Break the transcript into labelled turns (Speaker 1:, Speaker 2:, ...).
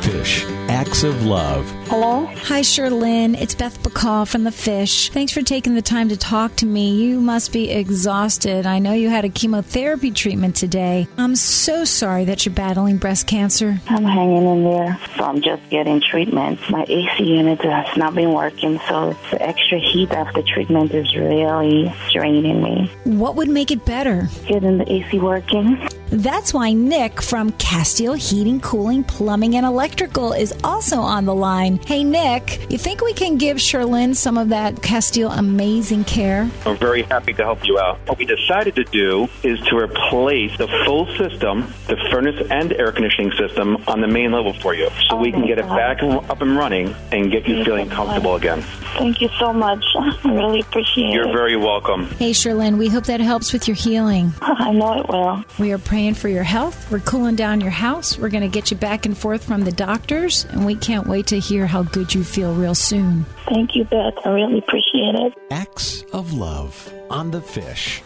Speaker 1: Fish Acts of Love.
Speaker 2: Hello?
Speaker 3: Hi, Sherlyn. It's Beth Bacall from The Fish. Thanks for taking the time to talk to me. You must be exhausted. I know you had a chemotherapy treatment today. I'm so sorry that you're battling breast cancer.
Speaker 2: I'm hanging in there. So I'm just getting treatment. My AC unit has not been working, so the extra heat after treatment is really draining me.
Speaker 3: What would make it better?
Speaker 2: Getting the AC working.
Speaker 3: That's why Nick from Castile Heating, Cooling, Plumbing, and Electrical is also on the line. Hey, Nick, you think we can give Sherlyn some of that Castile amazing care?
Speaker 4: We're very happy to help you out. What we decided to do is to replace the full system, the furnace and air conditioning system, on the main level for you so
Speaker 2: Oh
Speaker 4: we can
Speaker 2: my
Speaker 4: get it
Speaker 2: God.
Speaker 4: back and- up and running and get you
Speaker 2: Yes,
Speaker 4: feeling
Speaker 2: I'm
Speaker 4: comfortable again.
Speaker 2: Thank you so much. I really appreciate
Speaker 4: You're
Speaker 2: it.
Speaker 4: very welcome.
Speaker 3: Hey, Sherlyn, we hope that helps with your healing.
Speaker 2: I know it will.
Speaker 3: We are praying for your health. We're cooling down your house. We're going to get you back and forth from the doctors, and we can't wait to hear how good you feel real soon.
Speaker 2: Thank you, Beth. I really appreciate it.
Speaker 1: Acts of Love on the Fish.